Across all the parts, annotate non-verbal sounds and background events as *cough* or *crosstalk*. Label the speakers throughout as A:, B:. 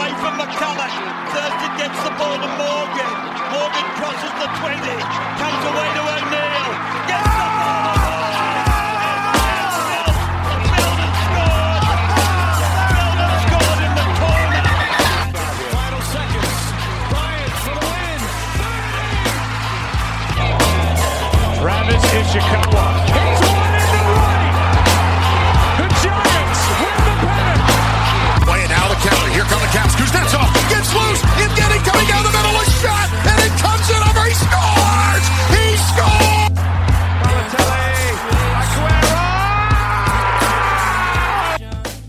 A: McCallum. Thurston gets the ball to Morgan. Morgan crosses the 20. Comes away to O'Neill. Gets the ball to Morgan. And Milner scored. Milner scored in the corner.
B: Final seconds. Bryant for the win. Travis Ishikawa. Hits one into right. The Giants win the pennant.
C: Way now the counter. Here come the Caps. Kuznetsov gets loose. It's getting coming down the middle. A shot, and it comes in over. He scores. He scores.
B: Balotelli. Aguero.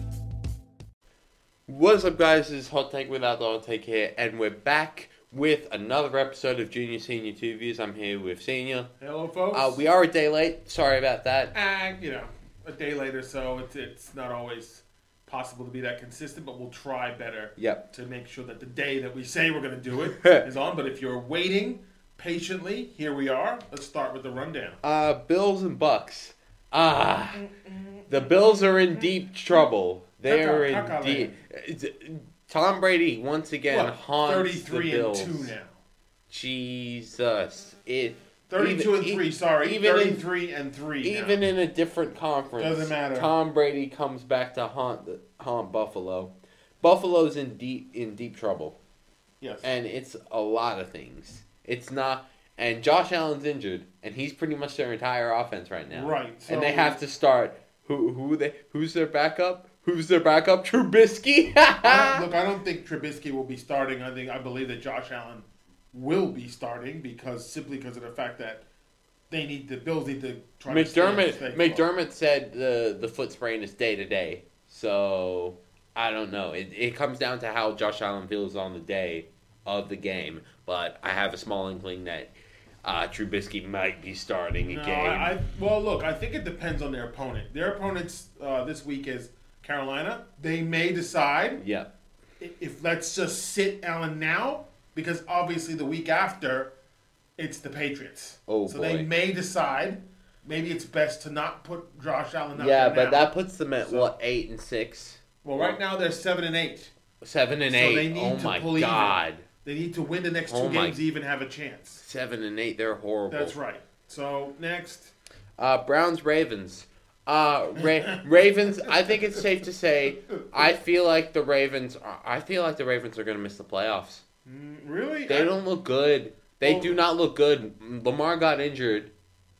D: What's up, guys? This is Hot Take Without the Hot Take here, and we're back with another episode of Junior Senior Two Views. I'm here with Senior.
E: Hello, folks.
D: Uh, we are a day late. Sorry about that.
E: and, you know, a day later, so it's it's not always possible to be that consistent, but we'll try better.
D: Yep.
E: To make sure that the day that we say we're going to do
D: *laughs*
E: it is on. But if you're waiting patiently, here we are. Let's start with the rundown.
D: Uh, Bills and Bucks. Ah, the Bills are in deep trouble. They're in
E: Kaka, kaka,
D: deep. it's- uh, Tom Brady once again
E: What,
D: haunts the
E: Thirty-three and
D: Bills.
E: two now.
D: Jesus, it.
E: 32 and
D: even-
E: 3,
D: e-
E: sorry.
D: Even in
E: 33 and 3. now.
D: Even in a different conference,
E: Doesn't matter.
D: Tom Brady comes back to haunt the, haunt Buffalo. Buffalo's in deep in deep trouble,
E: yes.
D: and it's a lot of things. It's not, and Josh Allen's injured, and he's pretty much their entire offense right now.
E: Right, so-
D: and they have to start who who they who's their backup? Who's their backup? Trubisky. *laughs*
E: I don't- look, I don't think Trubisky will be starting. I think I believe that Josh Allen will be starting because simply because of the fact that they need the Bills need to try to stay on the
D: McDermott
E: stage.
D: McDermott said the the foot sprain is day to day. So I don't know. It it comes down to how Josh Allen feels on the day of the game. But I have a small inkling that uh, Trubisky might be starting a
E: No,
D: game.
E: I, I, well, look, I think it depends on their opponent. Their opponents uh, this week is Carolina. They may decide
D: yeah.
E: i- if let's just sit Allen now because obviously the week after it's the Patriots.
D: Oh,
E: so they
D: boy.
E: may decide. Maybe it's best to not put Josh Allen. out
D: Yeah,
E: there
D: but
E: now.
D: that puts them at what eight and six,
E: well, right now they're seven and eight.
D: seven and
E: So
D: eight.
E: they need
D: oh
E: to
D: my
E: pull even.
D: god,
E: They need to win the next two
D: Oh my- Oh.
E: games to even have a chance.
D: seven and eight. They're horrible.
E: That's right. So next,
D: Uh, Browns Ravens. Uh, Ra- Ravens. I think it's safe to say I feel like the Ravens. Are, I feel like the Ravens are going to miss the playoffs.
E: really,
D: They
E: I-
D: don't look good. They do not look good. Lamar got injured,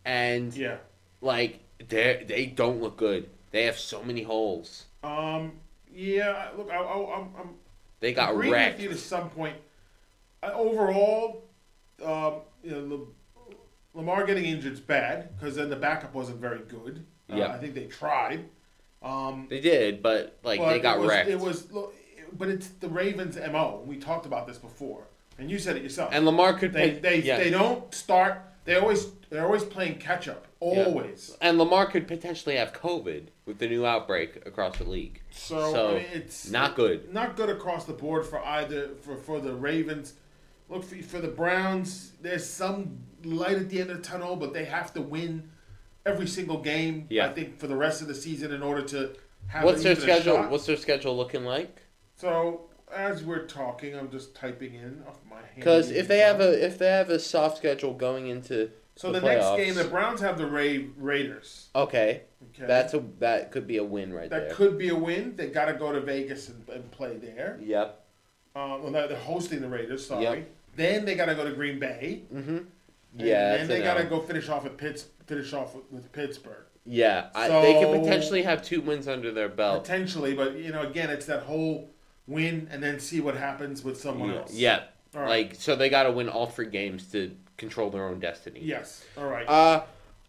D: and
E: Yeah.
D: like they they don't look good. They have so many holes.
E: Um. Yeah. Look, I, I, I'm, I'm
D: They got
E: agreeing
D: wrecked.
E: with you to some point. Uh, overall, um, you know, Lam- Lamar getting injured is bad because then the backup wasn't very good. Uh,
D: Yeah.
E: I think they tried. Um,
D: They did, but like
E: But
D: they got
E: it was,
D: wrecked.
E: It was, look, it- but it's the Ravens' mo. We talked about this before, and you said it yourself.
D: and Lamar could
E: They
D: put-
E: they,
D: yeah.
E: they don't start. They always they're always playing catch up.
D: Yeah.
E: Always.
D: And Lamar could potentially have COVID with the new outbreak across the league.
E: So, I mean, it's
D: not good.
E: Not good across the board for either for for the Ravens. Look for, for the Browns. There's some light at the end of the tunnel, but they have to win every single game.
D: Yeah.
E: I think for the rest of the season in order to have
D: What's their
E: even a
D: schedule?
E: shot.
D: What's their schedule looking like?
E: so as we're talking, I'm just typing in off my hand.
D: Because if they have a if they have a soft schedule going into
E: so the, next game, the
D: playoffs-
E: Browns have the Ra- Raiders.
D: okay,
E: Okay.
D: that's a that could be a win right
E: That
D: there.
E: could be a win. They got to go to Vegas and, and play there.
D: Yep.
E: Uh, well, no, they're hosting the Raiders. Sorry.
D: Yep.
E: Then they got to go to Green Bay. And
D: Yeah.
E: Then
D: it's
E: they
D: an
E: got to
D: L.
E: go finish off at Pitts. Finish off with, with Pittsburgh
D: Yeah, I, they
E: So-
D: could potentially have two wins under their belt.
E: potentially, but you know, again, it's that whole win and then see what happens with someone
D: Yeah.
E: else.
D: yeah.
E: All right.
D: Like so, they got to win all three games to control their own destiny.
E: Yes. All right.
D: Uh,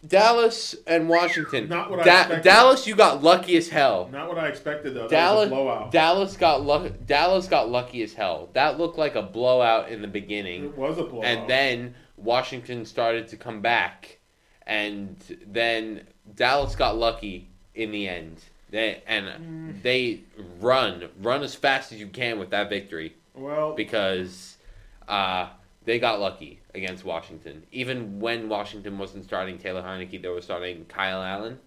D: Dallas and Washington.
E: Not what I
D: Da-
E: expected.
D: Dallas, you got lucky as hell.
E: Not what I expected though. That was a
D: Dallas,
E: blowout.
D: Dallas got luck. Dallas got lucky as hell. That looked like a blowout in the beginning.
E: it was a blowout.
D: and then Washington started to come back, and then Dallas got lucky in the end. They and they run run as fast as you can with that victory
E: well,
D: because uh, they got lucky against Washington. Even when Washington wasn't starting Taylor Heineke, they were starting Kyle Allen,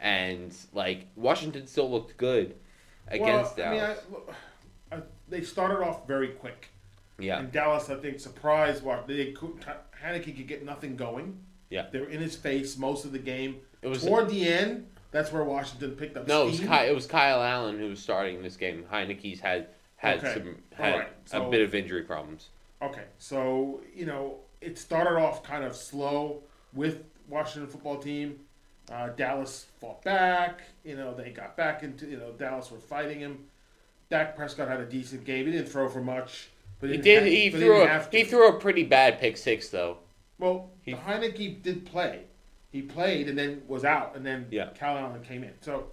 D: and like Washington still looked good
E: well,
D: against
E: I mean,
D: Dallas.
E: I, look, I, they they started off very quick.
D: Yeah.
E: And Dallas, I think, surprised what they could. Haneke could get nothing going.
D: Yeah.
E: They were in his face most of the game.
D: It was-
E: toward the end. That's where Washington picked up.
D: No, it was,
E: steam.
D: Ky- it was Kyle Allen who was starting this game. Heineke's had had
E: Okay.
D: some
E: All
D: had
E: right. So-
D: a bit of injury problems.
E: Okay, so you know it started off kind of slow with Washington football team. Uh, Dallas fought back. You know they got back into you know Dallas were fighting him. Dak Prescott had a decent game. He didn't throw for much, but
D: He
E: didn't
D: did.
E: have-
D: He
E: but
D: threw
E: didn't
D: a
E: have to.
D: he threw a pretty bad pick six though.
E: Well, he, Heineke did play. He played and then was out, and then
D: Yeah.
E: Cal Allen came in. So,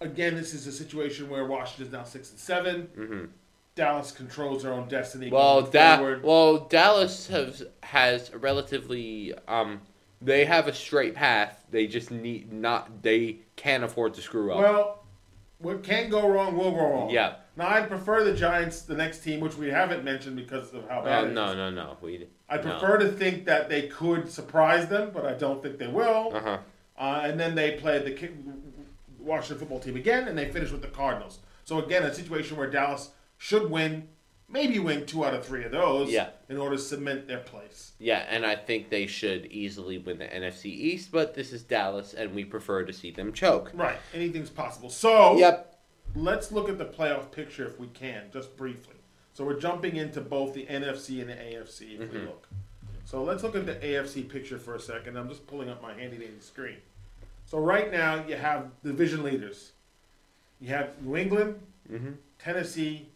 E: again, this is a situation where Washington's now six and 7 Dallas controls their own destiny.
D: Mm-hmm. Well,
E: going
D: da-
E: Um, forward.
D: well Dallas has has a relatively um they have a straight path. They just need not they can't afford to screw up.
E: Well, what can go wrong will go wrong.
D: Yeah.
E: Now I prefer the Giants, the next team, which we haven't mentioned because of how bad.
D: Uh,
E: it is.
D: no, no, no. We
E: I
D: no.
E: prefer to think that they could surprise them, but I don't think they will.
D: Uh-huh.
E: Uh, and then they play the Ki- Washington football team again, and they finish with the Cardinals. So again, a situation where Dallas should win, maybe win two out of three of those,
D: Yeah.
E: in order to cement their place.
D: Yeah, and I think they should easily win the NFC East, but this is Dallas, and we prefer to see them choke.
E: Right. Anything's possible. So
D: Yep.
E: let's look at the playoff picture if we can, just briefly. So we're jumping into both the NFC and the AFC if we look. So let's look at the AFC picture for a second. I'm just pulling up my handy dandy screen. So right now you have division leaders. You have New England, Tennessee,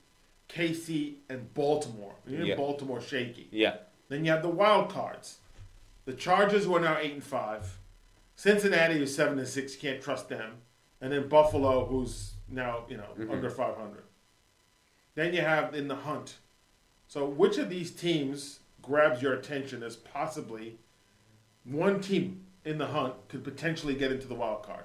E: KC, and Baltimore. You're
D: Yeah.
E: Baltimore shaky.
D: Yeah.
E: Then you have the wild cards. The Chargers who are now eight and five. Cincinnati who's seven and six, can't trust them. And then Buffalo who's now, you know, under five hundred. Then you have in the hunt. So which of these teams grabs your attention as possibly one team in the hunt could potentially get into the wild card?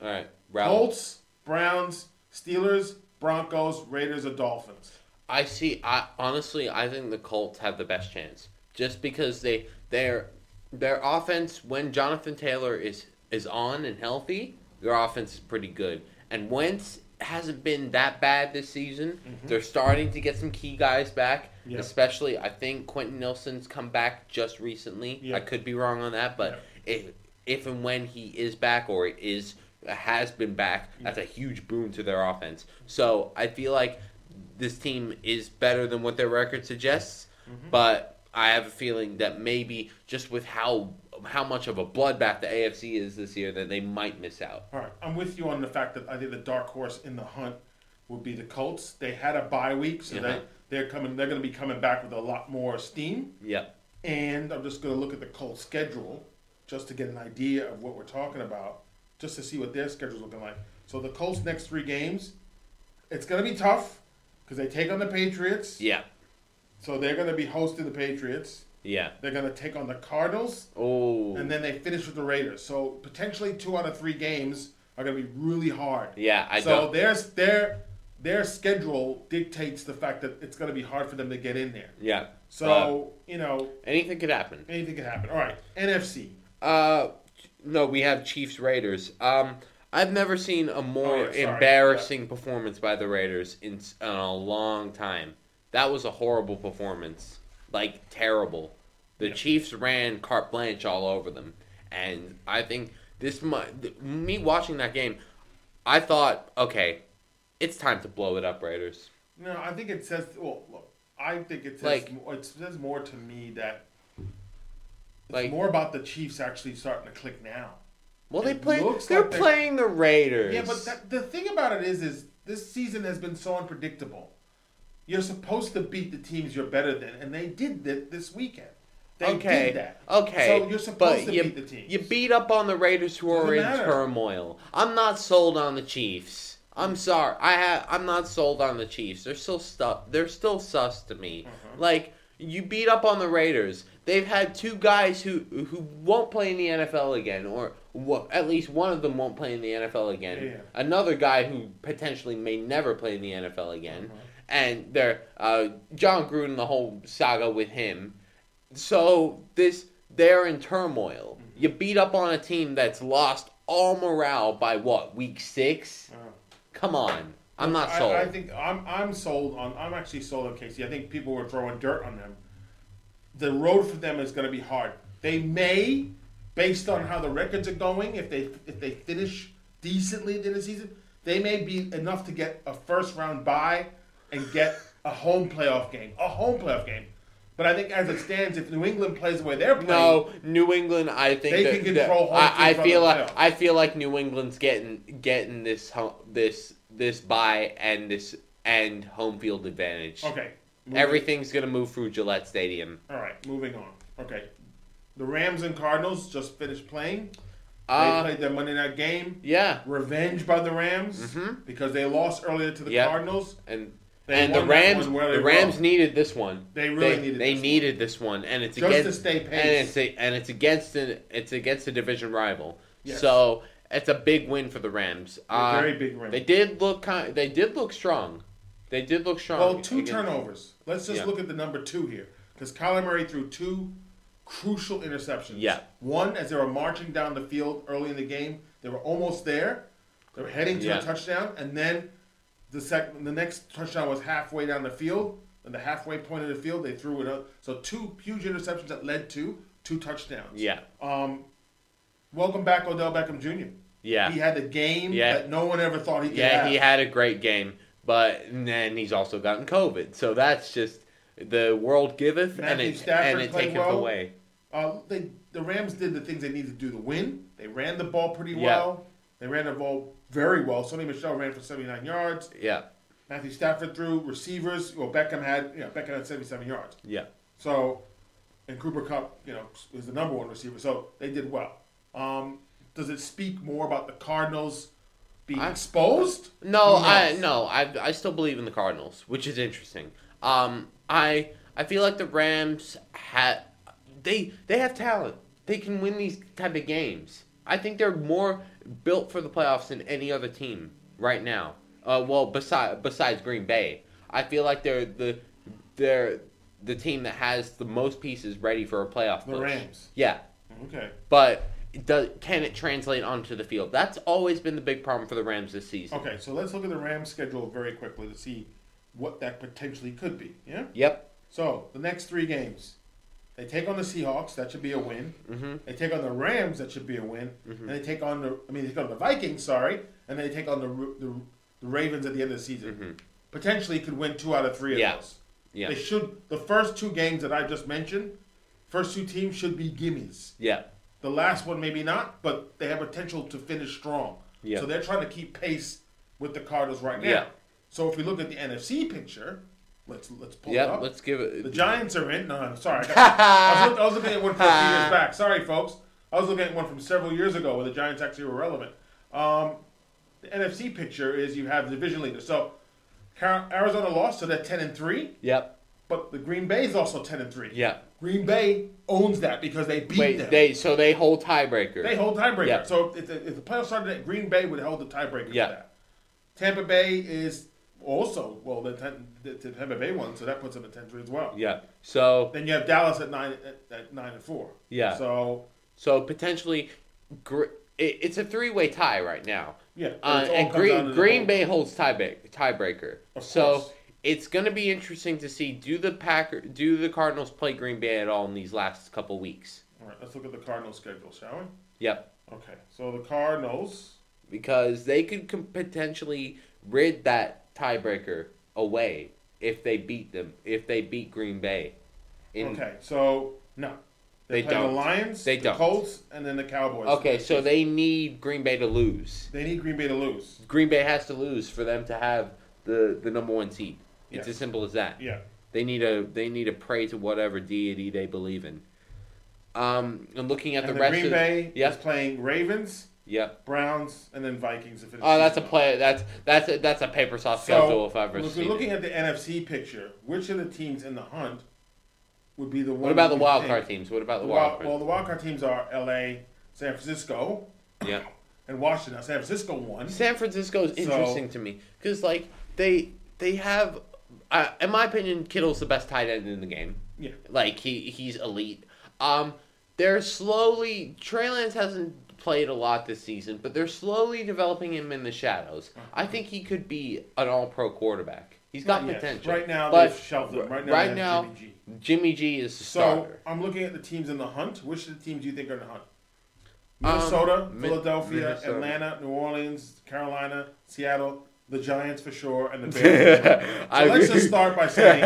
D: All right. Ralph.
E: Colts, Browns, Steelers, Broncos, Raiders, or Dolphins?
D: I see. I honestly, I think the Colts have the best chance, just because they their their offense when Jonathan Taylor is is on and healthy, their offense is pretty good. And Wentz hasn't been that bad this season. They're starting to get some key guys back,
E: Yeah.
D: especially I think Quentin Nelson's come back just recently.
E: Yeah.
D: I could be wrong on that, but if if and when he is back or is has been back, that's a huge boon to their offense. So I feel like this team is better than what their record suggests,
E: Mm-hmm.
D: but I have a feeling that maybe just with how how much of a bloodbath the AFC is this year, that they might miss out.
E: All right, I'm with you on the fact that I think the dark horse in the hunt would be the Colts. They had a bye week, so
D: Uh-huh.
E: they they're coming. They're going to be coming back with a lot more steam.
D: Yep.
E: And I'm just going to look at the Colts schedule just to get an idea of what we're talking about, just to see what their schedule's looking like. So the Colts next three games, it's going to be tough because they take on the Patriots.
D: Yeah.
E: So they're going to be hosting the Patriots.
D: Yeah.
E: They're going to take on the Cardinals
D: Oh.
E: and then they finish with the Raiders. So potentially two out of three games are going to be really hard.
D: Yeah, I
E: so
D: don't-
E: there's their their schedule dictates the fact that it's going to be hard for them to get in there.
D: Yeah.
E: So you know
D: Uh, anything could happen.
E: anything could happen. All right, NFC.
D: Uh, no, we have Chiefs Raiders. Um, I've never seen a
E: Oh,
D: more
E: yeah, sorry.
D: embarrassing performance by the Raiders in, s- in a long time. That was a horrible performance, like terrible. The Chiefs ran carte blanche all over them, and I think this mu- th- me watching that game, I thought, okay, it's time to blow it up, Raiders.
E: No, I think it says. Well, look, I think it says
D: Like-
E: more, it says more to me that it's
D: Like,
E: more about the Chiefs actually starting to click now.
D: well, they
E: it
D: play.
E: looks
D: They're
E: like they're-
D: playing the Raiders.
E: Yeah, but that, the thing about it is, is this season has been so unpredictable. You're supposed to beat the teams you're better than, and they did that this weekend. They
D: okay.
E: did that.
D: Okay.
E: So you're supposed
D: but
E: to
D: you,
E: beat the teams.
D: You beat up on the Raiders who
E: Doesn't
D: are in
E: matter.
D: turmoil. I'm not sold on the Chiefs. I'm sorry. I ha- I'm not sold on the Chiefs. They're still stuck. They're still sus to me.
E: Mm-hmm.
D: Like you beat up on the Raiders. They've had two guys who who won't play in the NFL again, or wha- at least one of them won't play in the NFL again.
E: Yeah.
D: Another guy who potentially may never play in the NFL again,
E: Uh-huh.
D: and they're uh, John Gruden. The whole saga with him. So this they're in turmoil.
E: Mm-hmm.
D: You beat up on a team that's lost all morale by what week six?
E: Oh.
D: Come on, I'm not
E: I,
D: sold.
E: I think I'm I'm sold on. I'm actually sold on Casey. I think people were throwing dirt on them. The road for them is going to be hard. They may, based on how the records are going, if they if they finish decently at the end of the season, they may be enough to get a first round bye and get a home playoff game. A home playoff game. But I think as it stands, if New England plays the way they're playing,
D: No, New England. I think
E: They
D: that-
E: can
D: that-
E: control home
D: I, I
E: field from
D: feel
E: the
D: like
E: playoffs.
D: I feel like New England's getting getting this ho- this this bye and this and home field advantage.
E: okay, moving-
D: everything's gonna move through Gillette Stadium.
E: All right, moving on. Okay, the Rams and Cardinals just finished playing.
D: Uh,
E: they played their Monday night game.
D: Yeah, Mm-hmm.
E: Revenge by the Rams because they lost earlier to the
D: Yep.
E: Cardinals.
D: and
E: They
D: and the
E: won that
D: Rams
E: one where
D: the
E: they
D: Rams
E: won.
D: needed this one.
E: They really
D: they,
E: needed
D: They
E: this one.
D: needed this one, and it's
E: Just
D: against
E: to stay pace.
D: and it's a, and it's against an it's against a division rival.
E: Yes.
D: So it's a big win for the Rams. Uh,
E: very big win.
D: They did look kind. They did look strong. They did look strong.
E: Well, two
D: against-
E: turnovers. Let's just
D: Um, Yeah.
E: look at the number two here because Kyler Murray threw two crucial interceptions.
D: Yeah.
E: One as they were marching down the field early in the game, they were almost there. They were heading to
D: Yeah.
E: a touchdown, and then the second, the next touchdown was halfway down the field, and the halfway point of the field they threw it up. So two huge interceptions that led to two touchdowns.
D: Yeah.
E: Um, welcome back, Odell Beckham Jr.
D: Yeah.
E: He had the game
D: Yeah.
E: that no one ever thought he could
D: Yeah,
E: have.
D: he had a great game, but and then he's also gotten COVID. So that's just the world giveth and
E: Matthew
D: it
E: Stafford
D: and it
E: played
D: taketh
E: well.
D: away.
E: Uh, they, the Rams did the things they needed to do to win. They ran the ball pretty
D: Yeah.
E: well. They ran the ball very well. Sony Michelle ran for 79 yards.
D: Yeah.
E: Matthew Stafford threw receivers. Well, Beckham had, you know, Beckham had 77 yards.
D: Yeah.
E: So, and Cooper Cup, you know, was the number one receiver. So they did well. Um, does it speak more about the Cardinals being
D: I-
E: exposed?
D: No,
E: Who
D: I
E: knows?
D: no, I I still believe in the Cardinals, which is interesting. Um, I I feel like the Rams had they they have talent. They can win these type of games. I think they're more built for the playoffs than any other team right now. Uh, well, besides besides Green Bay, I feel like they're the they're the team that has the most pieces ready for a playoff.
E: The
D: push.
E: Rams.
D: Yeah,
E: Okay.
D: but. Does, can it translate onto the field? That's always been the big problem for the Rams this season.
E: Okay, so let's look at the Rams schedule very quickly to see what that potentially could be. Yeah?
D: Yep.
E: So the next three games, they take on the Seahawks. That should be a win.
D: Mm-hmm.
E: They take on the Rams. That should be a win. And they take on the I mean they take on the Vikings. Sorry, and they take on the Ra- the, the Ravens at the end of the season. Potentially could win two out of three of
D: Mm-hmm. Yeah.
E: those.
D: Yeah.
E: They should. The first two games that I just mentioned, first two teams should be gimmies.
D: Yeah.
E: The last one maybe not, but they have potential to finish strong.
D: Yeah.
E: So they're trying to keep pace with the Cardinals right now.
D: Yeah.
E: So if we look at the NFC picture, let's let's pull it
D: Yeah.
E: up.
D: Let's give it.
E: The Giants are in. No, I'm sorry. I,
D: *laughs*
E: got- I was look- I was looking at one from a few years back. Sorry, folks. I was looking at one from several years ago where the Giants actually were relevant. Um, the NFC picture is you have division leaders. So Car- Arizona lost, so they're 10 and 3.
D: Yep.
E: But the Green Bay is also 10 and 3.
D: Yeah.
E: Green Bay owns that because they beat
D: Wait.
E: them.
D: They so they hold tiebreaker.
E: They hold tiebreaker.
D: Yeah.
E: So if the, if the playoffs started, at Green Bay would hold the tiebreaker.
D: Yeah.
E: For that. Tampa Bay is also well. The, ten, the, the Tampa Bay won, so that puts them at ten three as well.
D: Yeah. So
E: Then you have Dallas at nine at, at nine and four.
D: Yeah.
E: So
D: so potentially, gr- it, it's a three way tie right now.
E: Yeah, but
D: Uh,
E: it's all
D: and
E: comes down to
D: Green
E: the
D: Green
E: home.
D: Bay holds tiebreaker. Tiebreaker.
E: Of
D: So
E: course.
D: it's going to be interesting to see do the Packer do the Cardinals play Green Bay at all in these last couple weeks.
E: all right, let's look at the Cardinals schedule, shall we?
D: Yep.
E: Okay. So the Cardinals.
D: Because they could com- potentially rid that tiebreaker away if they beat them if they beat Green Bay. In,
E: Okay. So no.
D: They
E: play
D: don't.
E: the Lions,
D: They
E: the
D: don't.
E: Colts, and then the Cowboys.
D: Okay, so they need Green Bay to lose.
E: They need Green Bay to lose.
D: Green Bay has to lose for them to have the, the number one seed. It's
E: Yeah.
D: as simple as that.
E: Yeah.
D: They need a they need to pray to whatever deity they believe in. Um, and looking at
E: And
D: the,
E: the,
D: rest
E: Green
D: of
E: Bay is
D: yep,
E: playing Ravens,
D: yep.
E: Browns, and then Vikings. If it
D: Oh, that's a play. That's that's a, that's a paper soft schedule
E: So,
D: if I've ever
E: if
D: seen.
E: we're looking
D: it.
E: at the NFC picture, which of the teams in the hunt would be the one?
D: what about the
E: you
D: wild
E: think-
D: card teams? What about the
E: The
D: wild
E: wild,
D: card?
E: well, the wild card teams are L.A., San Francisco,
D: yeah.
E: and Washington. Now, San Francisco won.
D: San Francisco is
E: So-
D: interesting to me because like they they have, uh, in my opinion, Kittle's the best tight end in the game.
E: Yeah.
D: like he he's elite. Um, they're slowly. Trey Lance hasn't played a lot this season, but they're slowly developing him in the shadows. I think he could be an all-pro quarterback. He's got
E: Yes.
D: potential.
E: Right now,
D: but
E: they've shelved him. Right now,
D: right
E: they have
D: now,
E: Jimmy G.
D: Jimmy G is the
E: So
D: starter.
E: I'm looking at the teams in the hunt. Which of the teams do you think are in the hunt?
D: Um,
E: Minnesota,
D: Min-
E: Philadelphia,
D: Minnesota.
E: Atlanta, New Orleans, Carolina, Seattle, the Giants for sure,
D: *laughs*
E: and the Bears. so
D: I
E: let's
D: agree.
E: just start by
D: *laughs*
E: saying,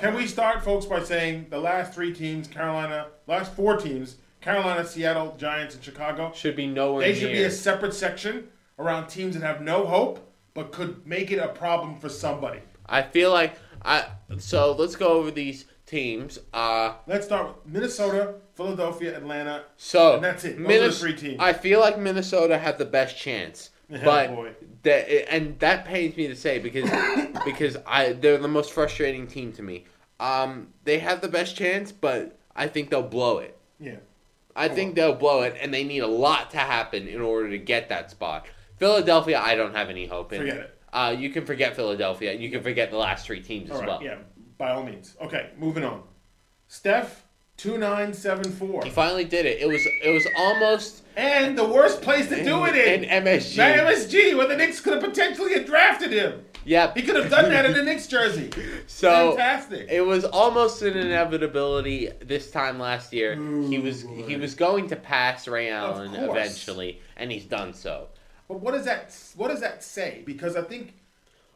E: can we start, folks, by saying the last three teams, Carolina, last four teams, Carolina, Seattle, Giants, and Chicago,
D: should be nowhere
E: they
D: near.
E: should be a separate section around teams that have no hope but could make it a problem for somebody.
D: I feel like I. So let's go over these teams. Uh,
E: Let's start with Minnesota, Philadelphia, Atlanta.
D: So
E: And that's it. Those are
D: Minnes-
E: the three teams. Oh,
D: I feel like Minnesota had the best
E: *laughs*
D: chance, but
E: boy.
D: that and that pains me to
E: *coughs*
D: say because because I they're the most frustrating team to me. Um, they have the best chance, but I think they'll blow it.
E: Yeah. Oh,
D: I think they'll blow it, and they need a lot to happen in order to get that spot. Philadelphia, I don't have any hope in.
E: Forget it.
D: Uh, you can forget Philadelphia. You can forget the last three teams
E: All
D: as
E: right.
D: well.
E: Yeah. By all means. Okay. Moving on. Steph, 2974.
D: He finally did it. It was it was almost
E: And the worst place to do it in.
D: in MSG.
E: Now MSG, where the Knicks could have potentially have drafted him.
D: Yeah,
E: He could have done that in the Knicks jersey.
D: *laughs* So
E: Fantastic.
D: It was almost an inevitability this time last year. he was he was going to pass Ray Allen
E: course.
D: eventually, and he's done so.
E: But what does that what does that say? Because I think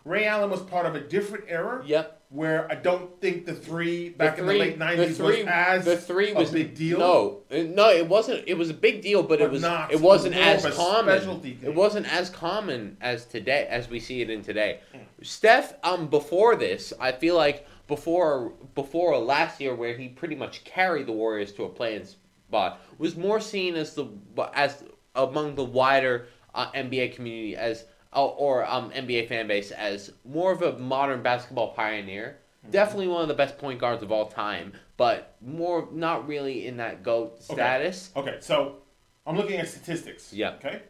E: Ray Allen was part of a different era.
D: Yep.
E: Where I don't think the three back in the late nineties
D: the
E: was
D: three-
E: as
D: the three was
E: a big deal.
D: No, it- no, it wasn't. It was a big deal, but, it
E: But
D: was
E: not-
D: it wasn't
E: it was more
D: as
E: of a
D: common.
E: specialty thing.
D: It wasn't as common as today as we see it in today.
E: Hmm.
D: Steph, um, before this, I feel like before before last year, where he pretty much carried the Warriors to a playing spot, was more seen as the as among the wider uh, NBA community as uh, or um, NBA fan base as more of a modern basketball pioneer.
E: Hmm.
D: Definitely one of the best point guards of all time, but more not really in that GOAT status.
E: Okay, so I'm looking at statistics.
D: Yeah.
E: Okay.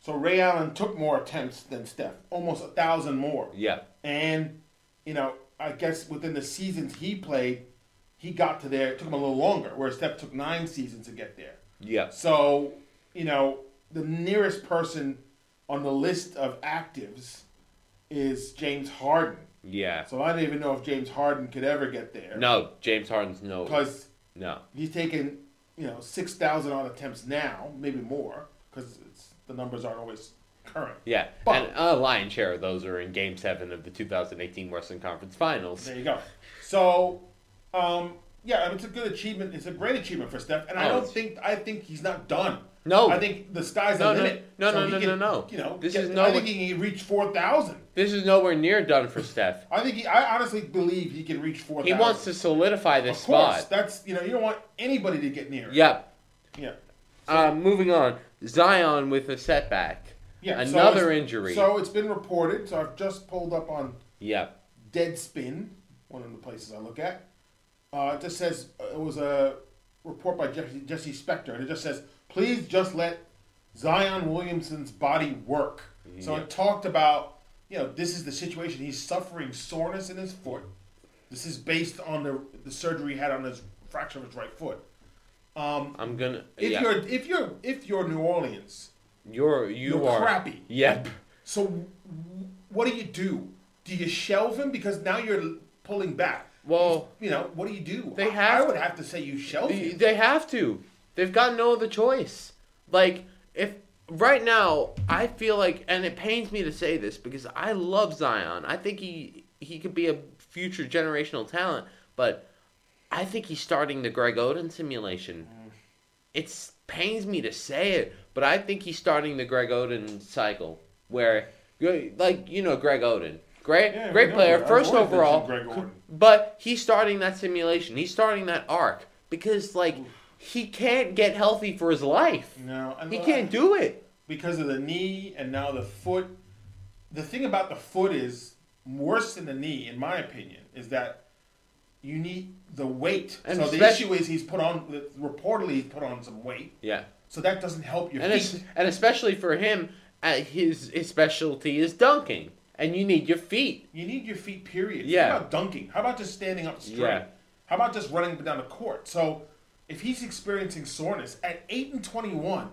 E: So Ray Allen took more attempts than Steph, almost a thousand more.
D: Yeah.
E: And you know, I guess within the seasons he played, he got to there. It took him a little longer, whereas Steph took nine seasons to get there.
D: Yeah.
E: So you know, the nearest person on the list of actives is James Harden.
D: Yeah.
E: So I don't even know if James Harden could ever get there.
D: No, James Harden's no.
E: Because
D: no.
E: He's taken, you know, 6,000 odd attempts now, maybe more, because the numbers aren't always current.
D: Yeah,
E: But-
D: and a lion share of those are in Game Seven of the 2018 Western Conference Finals.
E: There you go. So, um, yeah, it's a good achievement. It's a great achievement for Steph, and I
D: Oh,
E: don't
D: it's-
E: think I think he's not done.
D: No.
E: I think the sky's the
D: No, no,
E: limit.
D: no,
E: So
D: no,
E: he
D: no,
E: can,
D: no, no.
E: You know,
D: This
E: get-
D: is no
E: I think
D: way-
E: he can reach 4,000.
D: This is nowhere near done for Steph.
E: I think he, I honestly believe he can reach 4,000.
D: He wants to solidify this
E: Of course,
D: spot.
E: that's you know you don't want anybody to get near. it.
D: Yep.
E: yeah.
D: Uh, moving on, Zion with a setback.
E: Yeah, so
D: Another
E: it's-
D: injury.
E: So it's been reported. So I've just pulled up on
D: Yep.
E: Deadspin, one of the places I look at, uh, it just says it was a report by Jesse, Jesse Spector, and it just says, "Please just let Zion Williamson's body work." So it talked about, you know, this is the situation. He's suffering soreness in his foot. This is based on the the surgery he had on his fracture of his right foot.
D: I'm gonna.
E: If
D: yeah.
E: you're if you're if you're New Orleans,
D: you're you
E: you're
D: are-
E: crappy.
D: Yep.
E: so w- what do you do? Do you shelve him because now you're pulling back?
D: Well,
E: you know, what do you do?
D: They
E: I-
D: have
E: I would
D: to-
E: have to say you shelf him.
D: They have to. They've got no other choice. Like if right now I feel like and it pains me to say this because I love Zion. I think he he could be a future generational talent, but I think he's starting the Greg Oden simulation.
E: Mm.
D: It pains me to say it, but I think he's starting the Greg Oden cycle where like you know Greg Oden. Great
E: Yeah, we
D: great
E: know.
D: player,
E: I've
D: first
E: always mentioned
D: overall.
E: Greg Oden.
D: But he's starting that simulation. He's starting that arc because like he can't get healthy for his life.
E: No, I
D: he
E: know-
D: can't do it.
E: because of the knee and now the foot. The thing about the foot is worse than the knee, in my opinion, is that you need the weight.
D: And
E: so the
D: spec-
E: issue is he's put on reportedly he's put on some weight,
D: Yeah,
E: so that doesn't help your
D: and it's,
E: feet.
D: and especially for him, uh, his his specialty is dunking, and you need your feet.
E: You need your feet, period.
D: Yeah.
E: How about dunking? How about just standing up straight?
D: Yeah.
E: How about just running down the court? So if he's experiencing soreness at 8 and 21,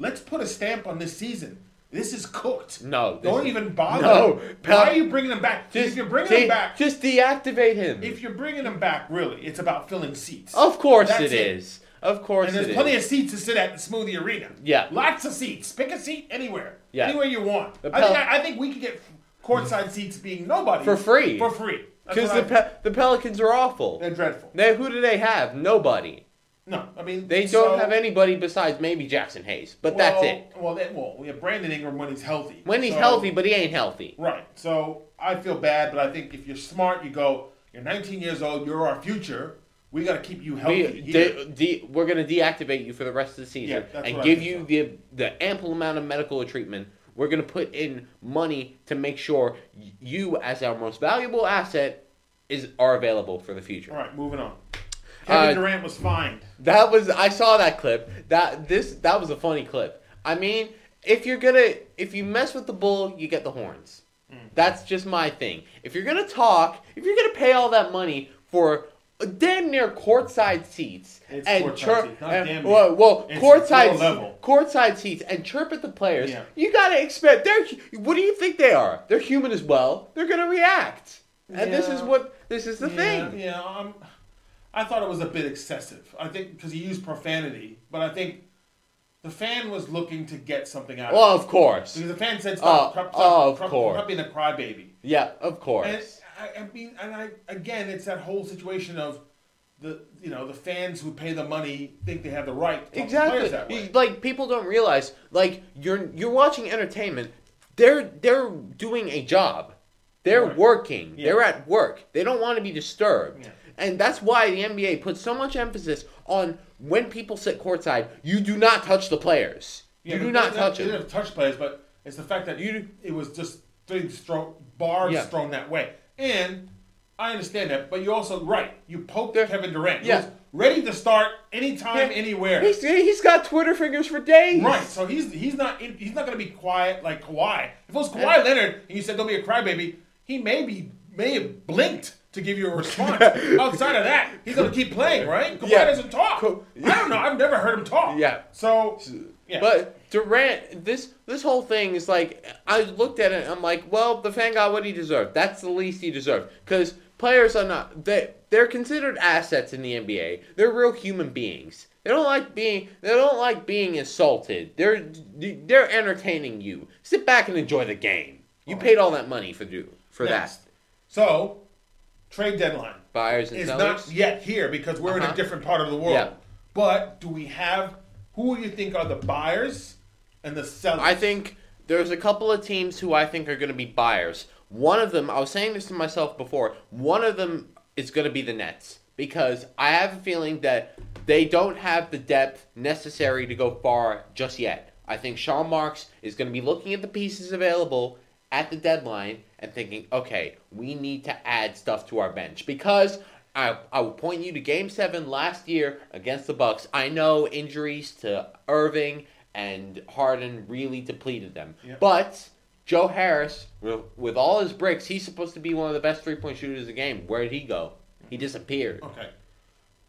E: Let's put a stamp on this season. This is cooked.
D: No, this
E: don't
D: is-
E: even bother.
D: No,
E: why
D: Pat-
E: are you bringing him back? if you're bringing
D: de-
E: him back,
D: Just deactivate him.
E: if you're bringing him back, really, it's about filling seats.
D: of course
E: That's
D: it is. Of course
E: And there's
D: it
E: plenty
D: is.
E: of seats to sit at in Smoothie Arena.
D: Yeah.
E: Lots of seats. Pick a seat anywhere.
D: Yeah.
E: Anywhere you want.
D: The
E: I, think,
D: Pel-
E: I, I think we could get courtside seats being nobody.
D: For free.
E: For free. That's
D: Because
E: what
D: the
E: I-
D: pe- the Pelicans are awful.
E: They're dreadful.
D: They, who do they have? Nobody.
E: No, I mean
D: They don't
E: so-
D: have anybody besides maybe Jackson Hayes, but that's
E: well,
D: it.
E: Well, that, well, we have Brandon Ingram when he's healthy.
D: When he's
E: So-
D: healthy, but he ain't healthy.
E: right. So I feel bad, but I think if you're smart, you go. You're 19 years old. You're our future. We got to keep you healthy.
D: We,
E: here."
D: de- de- we're going to deactivate you for the rest of the season
E: Yeah, that's
D: and
E: what I
D: give
E: think
D: you
E: so.
D: the, the ample amount of medical treatment. We're going to put in money to make sure y- you, as our most valuable asset, is are available for the future.
E: All right, moving on. Kevin
D: Uh,
E: Durant was fined.
D: That was I saw that clip. That this that was a funny clip. I mean, if you're gonna if you mess with the bull, you get the horns.
E: Mm.
D: That's just my thing. If you're gonna talk, if you're gonna pay all that money for damn near courtside seats
E: It's
D: and
E: courtside
D: chirp,
E: seats, not
D: and-
E: damn near.
D: well, well
E: It's
D: courtside
E: floor level.
D: courtside seats and chirp at the players,
E: Yeah.
D: you gotta expect. They're hu- what do you think they are? They're human as well. They're gonna react, and this is
E: Yeah.
D: what this is the
E: yeah,
D: thing.
E: Yeah, um, I thought it was a bit excessive. I think because he used profanity, but I think the fan was looking to get something out
D: Well,
E: of it.
D: of course.
E: Because the fan said, "Stop,
D: Oh,
E: stop,
D: oh,
E: stop,
D: of
E: stop,
D: course.
E: stop being a crybaby."
D: Yeah, of course.
E: And I, I mean, and I again, it's that whole situation of the you know the fans who pay the money think they have the right to talk to
D: Exactly.
E: players that way.
D: You- Like people don't realize, like you're you're watching entertainment. They're they're doing a job. They're
E: Right.
D: working.
E: Yeah.
D: They're at work. They don't want to be disturbed.
E: Yeah.
D: And that's why the NBA puts so much emphasis on when people sit courtside, you do not touch the players.
E: Yeah,
D: you
E: but
D: do
E: they
D: not
E: didn't have-
D: touch
E: They
D: them.
E: didn't have touch players, but it's the fact that you it was just things thrown bars
D: Yeah.
E: thrown that way, and I understand that. But you also right, you poked Kevin Durant,
D: yeah.
E: yeah, ready to start anytime,
D: Yeah.
E: anywhere.
D: He's, he's got Twitter fingers for days.
E: Right, so he's he's not in, he's not going to be quiet like Kawhi. If it was Kawhi Leonard and you said don't be a crybaby, he may be may have blinked to give you a
D: *laughs*
E: response. Outside of that, he's going to keep playing, right? Kawhi
D: Yeah.
E: doesn't talk.
D: Co-
E: I don't know. I've never heard him talk.
D: Yeah.
E: So yeah.
D: But Durant, this this whole thing is like I looked at it. and I'm like, well, the fan got what he deserved. That's the least he deserved because players are not they they're considered assets in the NBA. They're real human beings. They don't like being they don't like being insulted. They're they're entertaining you. Sit back and enjoy the game. You paid all that money for do for
E: Next.
D: that.
E: so trade deadline
D: Buyers and
E: is
D: sellers.
E: not yet here because we're in
D: Uh-huh.
E: a different part of the world.
D: Yeah.
E: But do we have who do you think are the buyers and the sellers?
D: Um, I think there's a couple of teams who I think are going to be buyers. One of them, I was saying this to myself before, one of them is going to be the Nets because I have a feeling that they don't have the depth necessary to go far just yet. I think Sean Marks is going to be looking at the pieces available at the deadline and thinking, okay, we need to add stuff to our bench because I, I will point you to Game Seven last year against the Bucks. I know injuries to Irving and Harden really depleted them,
E: Yeah.
D: but Joe Harris, with- with all his bricks, he's supposed to be one of the best three point shooters in the game. Where did he go? He disappeared.
E: Okay.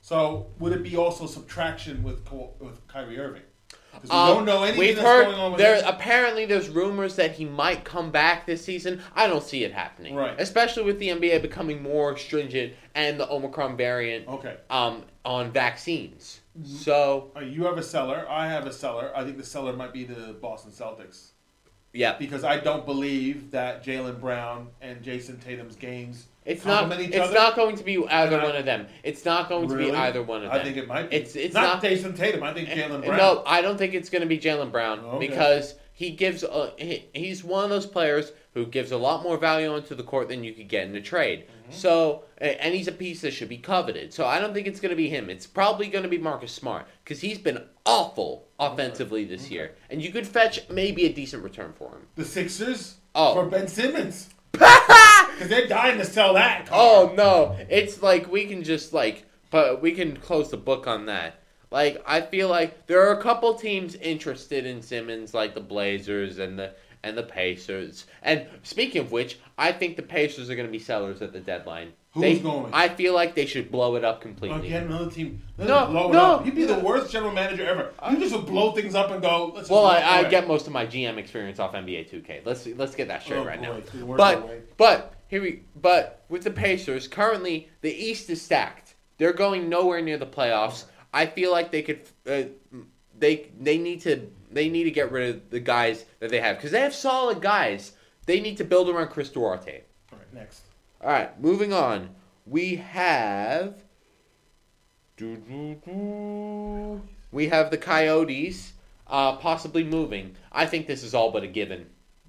E: So would it be also subtraction with Ka- with Kyrie Irving? Because we
D: Um,
E: don't know anything
D: we've
E: that's
D: heard
E: going on with
D: there.
E: him.
D: Apparently, there's rumors that he might come back this season. I don't see it happening,
E: Right.
D: Especially with the NBA becoming more stringent and the Omicron variant,
E: Okay.
D: um, on vaccines. So
E: Uh, you have a seller. I have a seller. I think the seller might be the Boston Celtics
D: yeah,
E: because I don't believe that Jalen Brown and Jason Tatum's games
D: it's not.
E: complement each
D: It's
E: other.
D: not going to be either
E: I-
D: one of them. It's not going to
E: Really?
D: be either one of them.
E: I think it might be.
D: It's it's
E: not,
D: not
E: Jason Tatum. I think Jalen Brown.
D: No, I don't think it's going to be Jalen Brown
E: Okay.
D: because he gives a, he, he's one of those players who gives a lot more value onto the court than you could get in a trade.
E: Mm-hmm.
D: So a- and he's a piece that should be coveted. So I don't think it's going to be him. It's probably going to be Marcus Smart because he's been awful offensively this year, and you could fetch maybe a decent return for him.
E: The Sixers
D: Oh.
E: for Ben
D: *laughs*
E: Simmons. Because they're dying to sell that. car.
D: Oh no, it's like we can just like, but we can close the book on that. Like I feel like there are a couple teams interested in Simmons, like the Blazers and the and the Pacers. And speaking of which, I think the Pacers are going to be sellers at the deadline.
E: Who's
D: They,
E: going?
D: I feel like they should blow it up completely.
E: Again, another team. Let
D: No,
E: them blow it
D: no.
E: up. You'd be the worst general manager ever. You just would blow things up and go. Let's just
D: Well,
E: walk
D: I, I
E: away.
D: get most of my GM experience off NBA 2K. Let's let's get that straight
E: Oh,
D: right
E: boy,
D: now.
E: we worked our way.
D: But but here we but with the Pacers currently the East is stacked. They're going nowhere near the playoffs. I feel like they could uh, they they need to they need to get rid of the guys that they have because they have solid guys. They need to build around Chris Duarte.
E: All right, next.
D: All right, moving on. We have. Doo-doo-doo. We have the Coyotes uh, possibly moving. I think this is all but a given.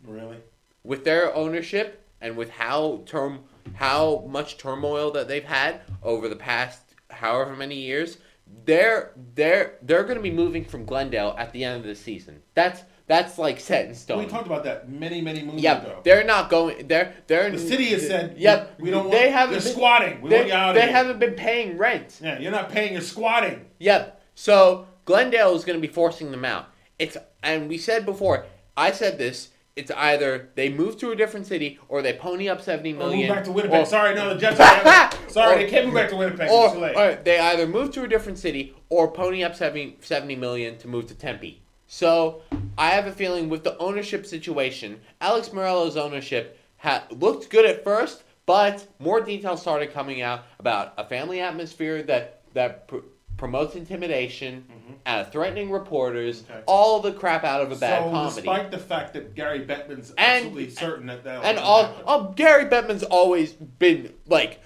E: Really?
D: With their ownership and with how term how much turmoil that they've had over the past however many years, they're they're they're going to be moving from Glendale at the end of the season. That's that's like set in stone.
E: We talked about that many, many moons ago.
D: Yep, they're not going. They're they're
E: The city has said,
D: Yep,
E: we don't want-
D: They haven't
E: you're
D: been-
E: squatting. We
D: they,
E: want you out of
D: They
E: here.
D: haven't been paying rent.
E: Yeah, you're not paying. You're squatting.
D: Yep. So Glendale is going to be forcing them out. It's and we said before. I said this. It's either they move to a different city or they pony up seventy
E: Or
D: million.
E: move back to Winnipeg.
D: or-
E: Sorry, no, the Jets.
D: *laughs*
E: Are Sorry, they can't move back to Winnipeg.
D: Or,
E: it's too late.
D: or they either move to a different city or pony up 70, 70 million to move to Tempe. So I have a feeling with the ownership situation, Alex Morello's ownership ha- looked good at first, but more details started coming out about a family atmosphere that that pr- promotes intimidation, uh, threatening reporters,
E: Mm-hmm. Okay.
D: all the crap out of a bad
E: so,
D: comedy.
E: despite the fact that Gary Bettman's absolutely certain that that
D: And all, all Gary Bettman's always been like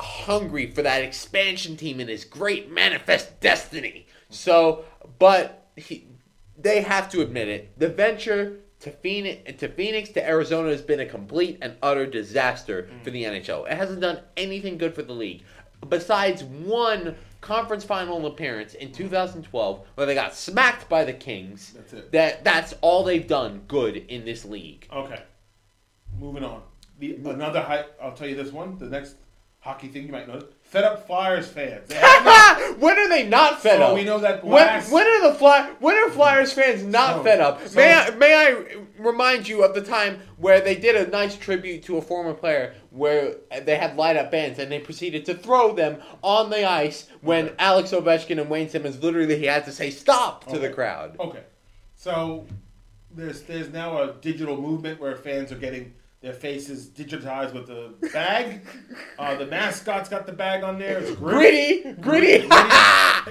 D: hungry for that expansion team in his great manifest destiny. So, but he, they have to admit it. The venture to Phoenix, to Phoenix to Arizona has been a complete and utter disaster
E: Mm.
D: for the NHL. It hasn't done anything good for the league besides one conference final appearance in 2012 where they got smacked by the Kings.
E: That's it.
D: That that's all they've done good in this league.
E: Okay. Moving on. The another high. I'll tell you this one. The next hockey thing you might notice. Fed up Flyers fans. They have no- *laughs*
D: *laughs* when are they not fed
E: So
D: up?
E: we know that
D: when,
E: last-
D: when are the fly, when are Flyers fans not
E: So-
D: fed up?
E: so-
D: may I, may I remind you of the time where they did a nice tribute to a former player where they had light up bands and they proceeded to throw them on the ice when Alex Ovechkin and Wayne Simmons literally he had to say stop to
E: Okay.
D: the
E: Oh,
D: crowd.
E: Okay. So there's there's now a digital movement where fans are getting their faces digitized with a bag.
D: *laughs*
E: uh, the mascot's got the bag on there. It's grim.
D: Gritty, gritty.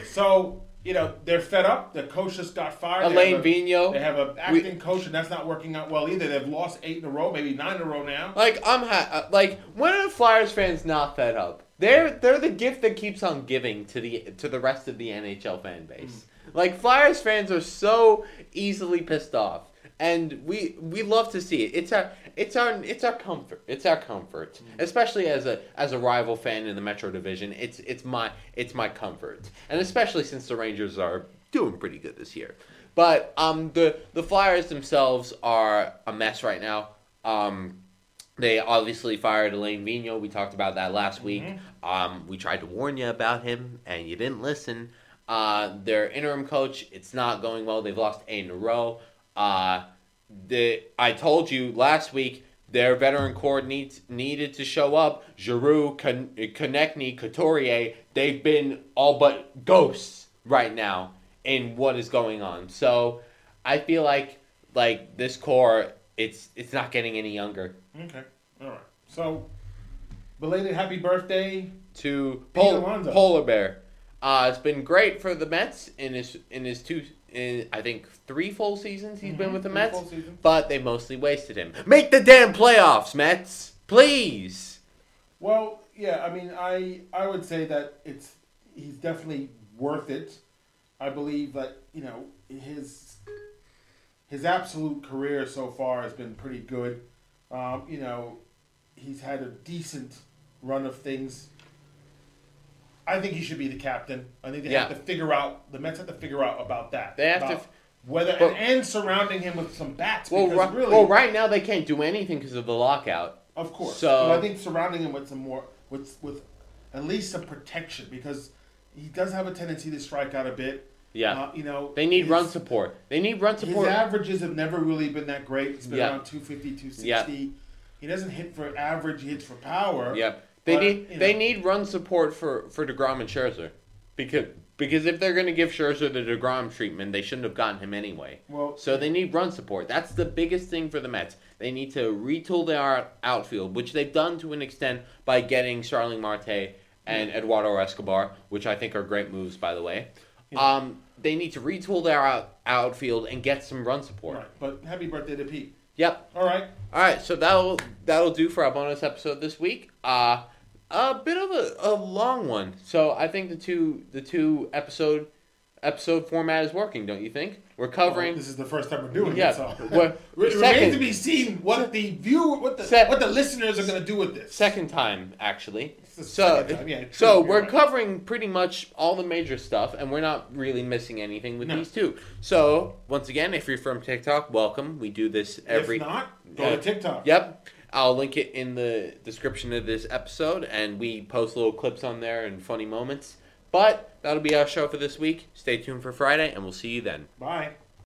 E: so you know they're fed up. The coach just got fired. They
D: Elaine
E: have a-
D: Vigneault.
E: They have an
D: We-
E: acting coach, and that's not working out well either. They've lost eight in a row, maybe nine in a row now.
D: *laughs* Like I'm ha- uh, like when are Flyers fans not fed up? They're they're the gift that keeps on giving to the to the rest of the NHL fan base. Like Flyers fans are so easily pissed off, and we we love to see it. It's our it's our it's our comfort. It's our comfort, especially as a as a rival fan in the Metro Division. It's it's my it's my comfort, and especially since the Rangers are doing pretty good this year. But um the the Flyers themselves are a mess right now. Um, they obviously fired Elaine Vigneault. We talked about that last week. Um, we tried to warn you about him, and you didn't listen. Uh, their interim coach, it's not going well. They've lost eight in a row. Uh, the I told you last week their veteran core needs needed to show up. Giroux, Kon- Konechny, Couturier, they've been all but ghosts right now in what is going on. So I feel like like this core, it's it's not getting any younger.
E: Okay. All right. So belated happy birthday.
D: to
E: Pete
D: Pol-
E: Alonso.
D: Polar Bear. Uh, it's been great for the Mets in his in his two in I think three full seasons he's been with the
E: Mm-hmm. three
D: Mets,
E: full seasons.
D: but they mostly wasted him. Make the damn playoffs, Mets, please.
E: Well, yeah, I mean, I I would say that it's he's definitely worth it. I believe that you know his his absolute career so far has been pretty good. Um, you know, he's had a decent run of things. I think he should be the captain. I think they have
D: Yeah.
E: to figure out the Mets have to figure out about that.
D: They have to
E: about
D: f-
E: whether
D: but-
E: and, and surrounding him with some bats.
D: Well,
E: because
D: ri-
E: really,
D: well, right now they can't do anything because of the lockout.
E: of course.
D: So-
E: but I think surrounding him with some more, with with at least some protection because he does have a tendency to strike out a bit.
D: Yeah.
E: Uh, you know
D: They need
E: his-
D: run support. They need run
E: His
D: support.
E: averages have never really been that great. It's been
D: Yeah.
E: around 250, 260.
D: Yeah.
E: He doesn't hit for average. He hits for power.
D: Yep. They
E: But,
D: need
E: you
D: they
E: know.
D: need run support for for Degrom and Scherzer because because if they're going to give Scherzer the Degrom treatment, they shouldn't have gotten him anyway.
E: Well-
D: so they need run support. That's the biggest thing for the Mets. They need to retool their out- outfield, which they've done to an extent by getting Charling Marte and Eduardo Escobar, which I think are great moves, by the way. Um, they need to retool their out- outfield and get some run support.
E: Right, but happy birthday to Pete.
D: Yep.
E: All right.
D: All right, so that'll that'll do for our bonus episode this week. Uh a bit of a, a long one. So I think the two the two episode episode format is working, don't you think? We're covering
E: This is the first time we're doing
D: Yeah,
E: it,
D: *laughs*
E: so
D: what-
E: it
D: second-
E: remains to be seen what the view, what the
D: Sec-
E: what the listeners are going to do with this.
D: second time actually.
E: the
D: So
E: second time, yeah, true,
D: so
E: you're
D: we're
E: right.
D: covering pretty much all the major stuff and we're not really missing anything with
E: No.
D: these two. So, once again, if you're from TikTok, welcome. We do this every
E: if not, go
D: Yeah.
E: to TikTok.
D: Yep. I'll link it in the description of this episode, and we post little clips on there and funny moments. But that'll be our show for this week. Stay tuned for Friday, and we'll see you then.
E: Bye.